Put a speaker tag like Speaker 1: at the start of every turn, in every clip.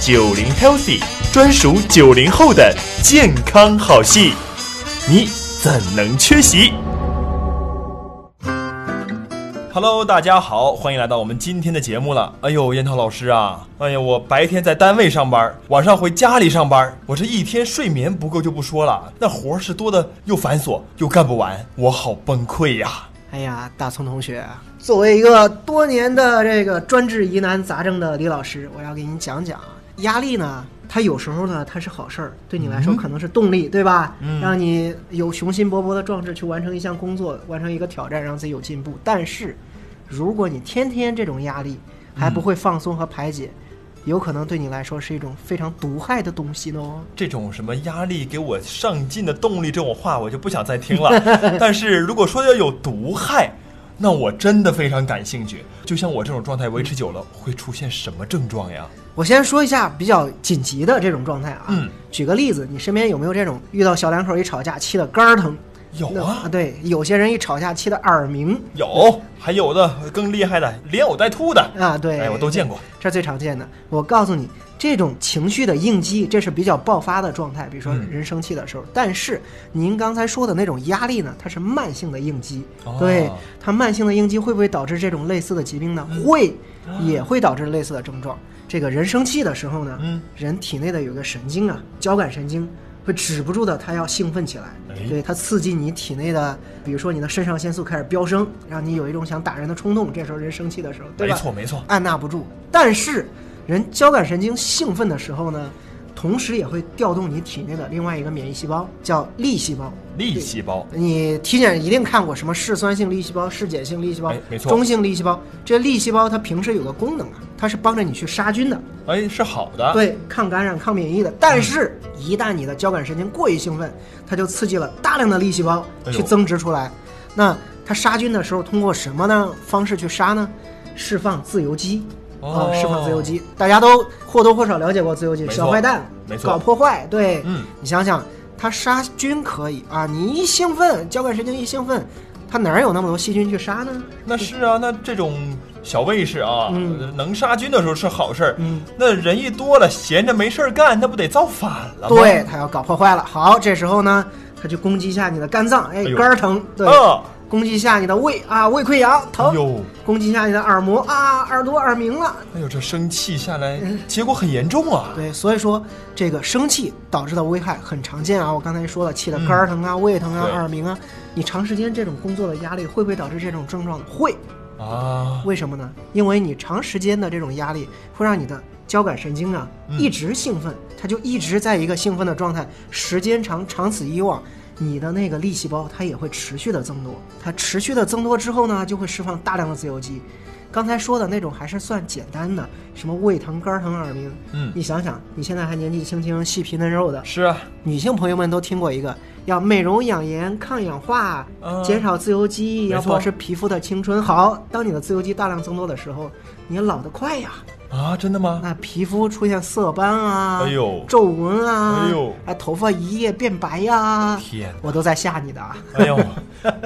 Speaker 1: 九零 Healthy 专属九零后的健康好戏，你怎能缺席？Hello，大家好，欢迎来到我们今天的节目了。哎呦，燕涛老师啊，哎呀，我白天在单位上班，晚上回家里上班，我这一天睡眠不够就不说了，那活儿是多的又繁琐又干不完，我好崩溃呀、
Speaker 2: 哎呀，大葱同学，啊作为一个多年的这个专治疑难杂症的李老师，我要给你讲讲啊，压力呢，它有时候呢它是好事儿，对你来说可能是动力，对吧？
Speaker 1: 嗯
Speaker 2: 让你有雄心勃勃的壮志去完成一项工作，完成一个挑战，让自己有进步。但是，如果你天天这种压力还不会放松和排解，有可能对你来说是一种非常毒害的东西呢哦。
Speaker 1: 这种什么压力给我上进的动力这种话，我就不想再听了。 但是如果说要有毒害，那我真的非常感兴趣。就像我这种状态维持久了，会出现什么症状呀？
Speaker 2: 我先说一下比较紧急的这种状态啊，
Speaker 1: 嗯
Speaker 2: 举个例子，你身边有没有这种遇到小两口一吵架气得肝儿疼？
Speaker 1: 有
Speaker 2: 那
Speaker 1: 啊，
Speaker 2: 对，有些人一吵架气得耳鸣
Speaker 1: 有，还有的更厉害的，连呕带吐的，
Speaker 2: 啊，对，
Speaker 1: 哎，我都见过。
Speaker 2: 这最常见的。我告诉你，这种情绪的应激，这是比较爆发的状态，比如说
Speaker 1: 嗯
Speaker 2: 人生气的时候。但是您刚才说的那种压力呢，它是慢性的应激，
Speaker 1: 哦
Speaker 2: 对，它慢性的应激会不会导致这种类似的疾病呢？
Speaker 1: 嗯
Speaker 2: 会，
Speaker 1: 啊
Speaker 2: 也会导致类似的症状。这个人生气的时候呢，
Speaker 1: 嗯
Speaker 2: 人体内的有一个神经啊，交感神经。会止不住的，它要兴奋起来，
Speaker 1: 哎
Speaker 2: 对它刺激你体内的，比如说你的肾上腺素开始飙升，让你有一种想打人的冲动。这时候人生气的时候，对
Speaker 1: 没
Speaker 2: 吧？
Speaker 1: 错没错。
Speaker 2: 按捺不住。但是人交感神经兴奋的时候呢，同时也会调动你体内的另外一个免疫细胞，叫粒细胞。
Speaker 1: 粒细胞，
Speaker 2: 你体检一定看过什么嗜酸性粒细胞、嗜碱性粒细胞
Speaker 1: 哎、没错
Speaker 2: 中性粒细胞。这粒细胞它平时有个功能啊，它是帮着你去杀菌的，
Speaker 1: 哎，是好的。，
Speaker 2: 对，抗感染、抗免疫的。但是，
Speaker 1: 嗯
Speaker 2: 一旦你的交感神经过于兴奋，它就刺激了大量的粒细胞
Speaker 1: 哎呦
Speaker 2: 去增殖出来。那它杀菌的时候，通过什么呢方式去杀呢？释放自由基。
Speaker 1: 哦
Speaker 2: 啊，释放自由基，大家都或多或少了解过自由基
Speaker 1: 没，错
Speaker 2: 小坏蛋，
Speaker 1: 没错
Speaker 2: 搞破坏，对，
Speaker 1: 嗯，
Speaker 2: 你想想，它杀菌可以啊，你一兴奋，交感神经一兴奋，它哪有那么多细菌去杀呢？
Speaker 1: 那是啊，那这种小卫士啊，
Speaker 2: 嗯
Speaker 1: 能杀菌的时候是好事儿。
Speaker 2: 嗯，
Speaker 1: 那人一多了，闲着没事儿干，那不得造反了吗？
Speaker 2: 对，它要搞破坏了。好，这时候呢，它就攻击一下你的肝脏，哎
Speaker 1: 哎，呦
Speaker 2: 肝儿疼，对，
Speaker 1: 啊，
Speaker 2: 攻击一下你的胃啊，胃溃疡
Speaker 1: 哎
Speaker 2: 疼；
Speaker 1: 呦，
Speaker 2: 攻击一下你的耳膜啊，耳朵耳鸣了。
Speaker 1: 哎呦，这生气下来，
Speaker 2: 嗯
Speaker 1: 结果很严重啊。
Speaker 2: 对，所以说这个生气导致的危害很常见啊。我刚才说了，气得肝儿疼啊、胃疼啊、
Speaker 1: 嗯对
Speaker 2: 耳鸣啊，你长时间这种工作的压力会不会导致这种症状呢？会，
Speaker 1: 啊，
Speaker 2: 为什么呢？因为你长时间的这种压力会让你的交感神经啊
Speaker 1: 嗯
Speaker 2: 一直兴奋，它就一直在一个兴奋的状态，时间长，长此以往。你的那个粒细胞，它也会持续的增多。它持续的增多之后呢，就会释放大量的自由基。刚才说的那种还是算简单的，什么胃疼、肝疼、耳鸣。
Speaker 1: 嗯，
Speaker 2: 你想想，你现在还年纪轻轻、细皮嫩肉的，
Speaker 1: 是啊，
Speaker 2: 女性朋友们都听过一个，要美容养颜、抗氧化、
Speaker 1: 嗯
Speaker 2: 减少自由基，
Speaker 1: 没
Speaker 2: 要
Speaker 1: 错
Speaker 2: 保持皮肤的青春。好，当你的自由基大量增多的时候，你老得 快呀，
Speaker 1: 啊，真的吗？
Speaker 2: 那皮肤出现色斑啊，
Speaker 1: 哎呦
Speaker 2: 皱纹啊，
Speaker 1: 哎呦
Speaker 2: 哎，头发一夜变白呀、
Speaker 1: 天，
Speaker 2: 我都在吓你的啊。
Speaker 1: 哎呦，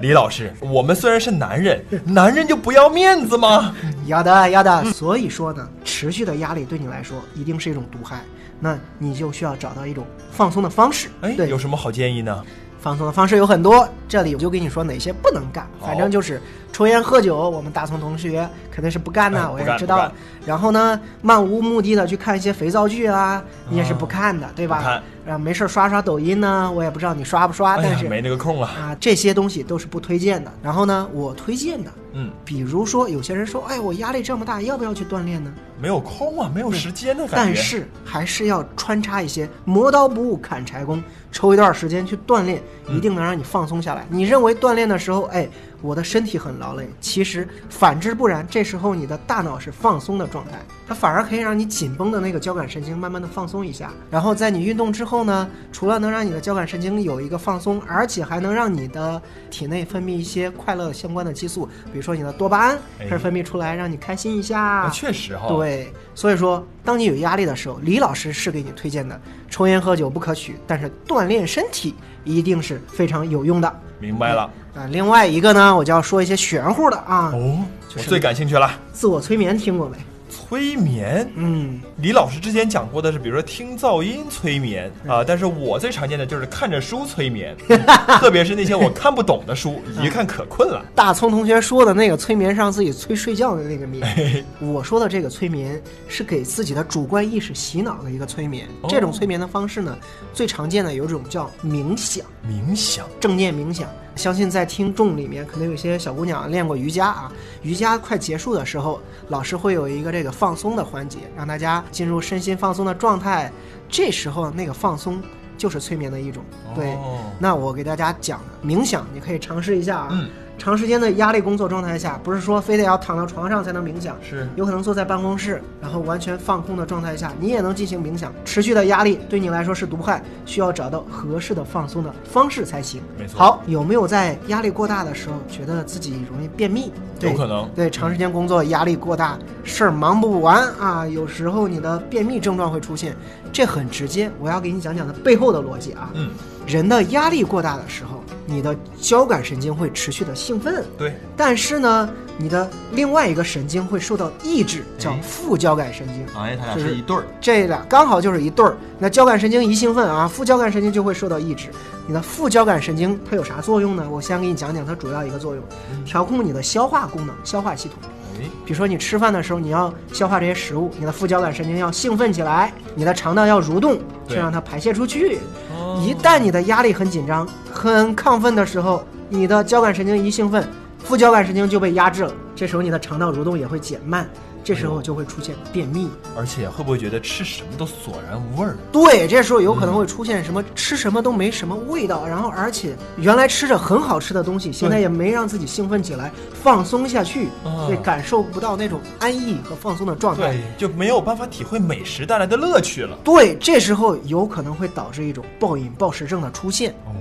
Speaker 1: 李老师，我们虽然是男人，男人就不要面子吗？
Speaker 2: 要的要的。
Speaker 1: 嗯
Speaker 2: 所以说呢，持续的压力对你来说一定是一种毒害，那你就需要找到一种放松的方式。
Speaker 1: 哎，
Speaker 2: 对
Speaker 1: 有，什么好建议呢？
Speaker 2: 放松的方式有很多，这里我就跟你说哪些不能干。
Speaker 1: 好
Speaker 2: 反正就是抽烟喝酒，我们大葱同学肯定是不干的，
Speaker 1: 哎
Speaker 2: 我
Speaker 1: 不干
Speaker 2: 也知
Speaker 1: 不
Speaker 2: 道
Speaker 1: 干。
Speaker 2: 然后呢，漫无目的的去看一些肥皂剧啊，你也是不看的，对
Speaker 1: 不看
Speaker 2: 吧？然后没事儿刷刷抖音呢，我也不知道你刷不刷，
Speaker 1: 哎
Speaker 2: 但
Speaker 1: 呀
Speaker 2: 是，
Speaker 1: 没那个空了。
Speaker 2: 啊，这些东西都是不推荐的。然后呢，我推荐的，
Speaker 1: 嗯，
Speaker 2: 比如说有些人说，哎，我压力这么大，要不要去锻炼呢？
Speaker 1: 没有空啊，没有时间的感觉。
Speaker 2: 但是还是要穿插一些磨刀不误砍柴工，抽一段时间去锻炼，一定能让你放松下来。你认为锻炼的时候，哎，我的身体很劳累，其实反之不然，这时候你的大脑是放松的状态，它反而可以让你紧绷的那个交感神经慢慢的放松一下。然后在你运动之后呢，除了能让你的交感神经有一个放松，而且还能让你的体内分泌一些快乐相关的激素，比如说你的多巴胺
Speaker 1: 哎
Speaker 2: 开始分泌出来，让你开心一
Speaker 1: 哎
Speaker 2: 下。
Speaker 1: 确实哈，，
Speaker 2: 啊对，所以说，当你有压力的时候，李老师是给你推荐的，抽烟喝酒不可取，但是锻炼身体一定是非常有用的。
Speaker 1: 明白了。
Speaker 2: 啊、另外一个呢，我就要说一些玄乎的啊，
Speaker 1: 哦，
Speaker 2: 就
Speaker 1: 我
Speaker 2: 是
Speaker 1: 最感兴趣了。
Speaker 2: 自我催眠听过没？
Speaker 1: 催眠。
Speaker 2: 嗯，
Speaker 1: 李老师之前讲过的是，比如说听噪音催眠啊、但是我最常见的就是看着书催 眠，嗯特别是那些我看不懂的书，一看可困了。
Speaker 2: 大葱同学说的那个催眠，让自己催睡觉的那 个眠，我说的这个催眠是给自己的主观意识洗脑的一个催眠
Speaker 1: 哦。
Speaker 2: 这种催眠的方式呢，最常见的有一种叫冥想，
Speaker 1: 冥想，
Speaker 2: 正念冥想。相信在听众里面，可能有些小姑娘练过瑜伽啊。瑜伽快结束的时候，老师会有一个这个放松的环节，让大家进入身心放松的状态。这时候那个放松就是催眠的一种。对，
Speaker 1: 哦
Speaker 2: 那我给大家讲冥想，你可以尝试一下啊。
Speaker 1: 嗯
Speaker 2: 长时间的压力工作状态下，不是说非得要躺到床上才能冥想，
Speaker 1: 是
Speaker 2: 有可能坐在办公室，然后完全放空的状态下，你也能进行冥想。持续的压力对你来说是毒害，需要找到合适的放松的方式才行。
Speaker 1: 没错
Speaker 2: 好，有没有在压力过大的时候觉得自己容易便秘？对
Speaker 1: 有可能
Speaker 2: 对，长时间工作压力过大，事儿忙不完啊，有时候你的便秘症状会出现，这很直接。我要给你讲讲它背后的逻辑啊。
Speaker 1: 嗯，
Speaker 2: 人的压力过大的时候，你的交感神经会持续的兴奋，
Speaker 1: 对，
Speaker 2: 但是呢，你的另外一个神经会受到抑制，叫
Speaker 1: 哎
Speaker 2: 副交感神经。
Speaker 1: 哎，他
Speaker 2: 俩是一
Speaker 1: 对儿，
Speaker 2: 这俩刚好就是一对儿。那交感神经一兴奋啊，副交感神经就会受到抑制。你的副交感神经它有啥作用呢？我先给你讲讲它主要一个作用，调控你的消化功能、消化系统。
Speaker 1: 哎，
Speaker 2: 比如说你吃饭的时候，你要消化这些食物，你的副交感神经要兴奋起来，你的肠道要蠕动，去
Speaker 1: 对
Speaker 2: 让它排泄出去。
Speaker 1: 哦
Speaker 2: 一旦你的压力很紧张、很亢奋的时候，你的交感神经一兴奋，副交感神经就被压制了。这时候你的肠道蠕动也会减慢，这时候就会出现便秘。
Speaker 1: 而且会不会觉得吃什么都索然无味儿？
Speaker 2: 对，这时候有可能会出现什么吃什么都没什么味道，然后而且原来吃着很好吃的东西，现在也没让自己兴奋起来、
Speaker 1: 嗯
Speaker 2: 放松下去，
Speaker 1: 啊
Speaker 2: 会感受不到那种安逸和放松的状态。
Speaker 1: 哦对，就没有办法体会美食带来的乐趣了。
Speaker 2: 对，这时候有可能会导致一种暴饮暴食症的出现。
Speaker 1: 哦，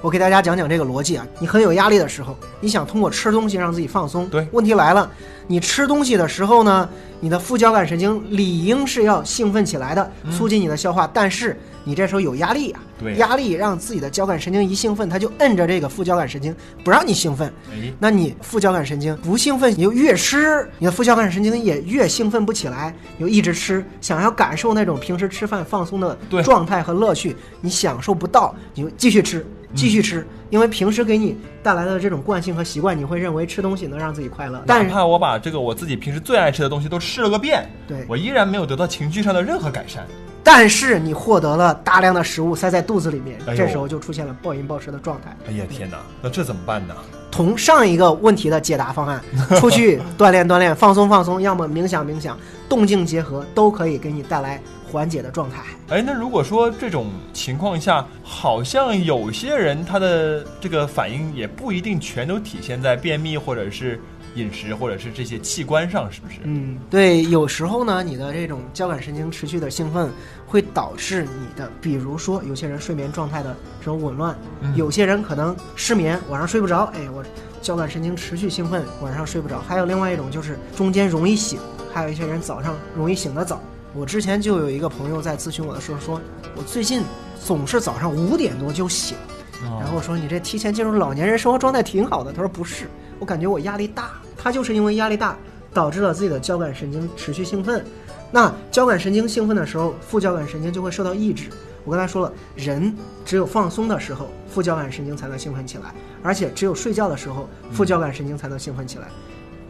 Speaker 2: 我给大家讲讲这个逻辑啊。你很有压力的时候，你想通过吃东西让自己放松。
Speaker 1: 对
Speaker 2: 问题来了，你吃东西的时候呢，你的副交感神经理应是要兴奋起来的，促进你的消化。但是你这时候有压力啊，
Speaker 1: 嗯对
Speaker 2: 压力让自己的交感神经一兴奋，它就摁着这个副交感神经不让你兴奋。
Speaker 1: 哎，
Speaker 2: 那你副交感神经不兴奋，你就越吃，你的副交感神经也越兴奋不起来，你就一直吃，想要感受那种平时吃饭放松的
Speaker 1: 对
Speaker 2: 状态和乐趣，你享受不到，你就继续吃，
Speaker 1: 嗯
Speaker 2: 继续吃，因为平时给你带来的这种惯性和习惯，你会认为吃东西能让自己快乐，但
Speaker 1: 哪
Speaker 2: 是
Speaker 1: 怕我把这个我自己平时最爱吃的东西都吃了个遍，
Speaker 2: 对
Speaker 1: 我依然没有得到情绪上的任何改善。
Speaker 2: 但是你获得了大量的食物塞在肚子里面，
Speaker 1: 哎呦
Speaker 2: 这时候就出现了暴饮暴食的状态。
Speaker 1: 哎呀天哪，那这怎么办呢？
Speaker 2: 同上一个问题的解答方案，出去锻炼锻炼，放松放松，要么冥想冥想，动静结合都可以给你带来缓解的状态。
Speaker 1: 哎，那如果说这种情况下，好像有些人他的这个反应也不一定全都体现在便秘或者是饮食或者是这些器官上，是不是？
Speaker 2: 嗯，对，有时候呢，你的这种交感神经持续的兴奋，会导致你的，比如说有些人睡眠状态的这种紊乱，
Speaker 1: 嗯
Speaker 2: 有些人可能失眠，晚上睡不着，哎，我交感神经持续兴奋，晚上睡不着。还有另外一种就是中间容易醒，还有一些人早上容易醒得早。我之前就有一个朋友在咨询我的时候说，我最近总是早上五点多就醒，
Speaker 1: 哦嗯
Speaker 2: 然
Speaker 1: 啊
Speaker 2: 后我说你这提前进入老年人生活状态挺好的。他说不是，我感觉我压力大，他就是因为压力大导致了自己的交感神经持续兴奋。那交感神经兴奋的时候，副交感神经就会受到抑制。我刚才说了，人只有放松的时候，副交感神经才能兴奋起来，而且只有睡觉的时候，副交感神经才能兴奋起来。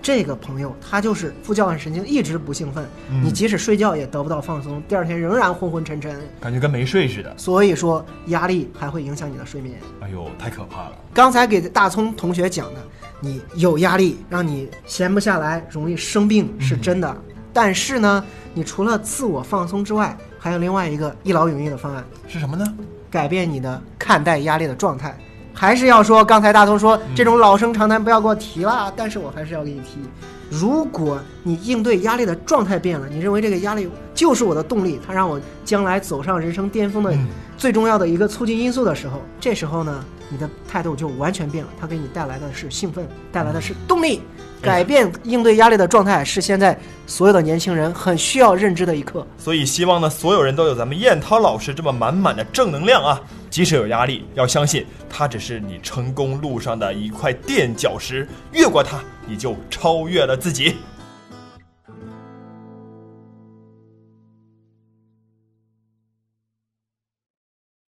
Speaker 2: 这个朋友他就是副交感神经一直不兴奋，
Speaker 1: 嗯
Speaker 2: 你即使睡觉也得不到放松，第二天仍然昏昏沉沉。
Speaker 1: 感觉跟没睡似的。
Speaker 2: 所以说，压力还会影响你的睡眠。
Speaker 1: 哎呦，太可怕了。
Speaker 2: 刚才给大葱同学讲的，你有压力，让你闲不下来，容易生病是真的。但是呢，你除了自我放松之外，还有另外一个一劳永逸的方案，
Speaker 1: 是什么呢？
Speaker 2: 改变你的看待压力的状态。还是要说，刚才大葱说这种老生常谈不要给我提了，但是我还是要给你提。如果你应对压力的状态变了，你认为这个压力就是我的动力，它让我将来走上人生巅峰的
Speaker 1: 嗯
Speaker 2: 最重要的一个促进因素的时候，这时候呢，你的态度就完全变了，它给你带来的是兴奋，带来的是动力。改变应对压力的状态是现在所有的年轻人很需要认知的一课。
Speaker 1: 所以希望呢，所有人都有咱们燕涛老师这么满满的正能量啊！即使有压力，要相信它只是你成功路上的一块垫脚石，越过它，你就超越了自己。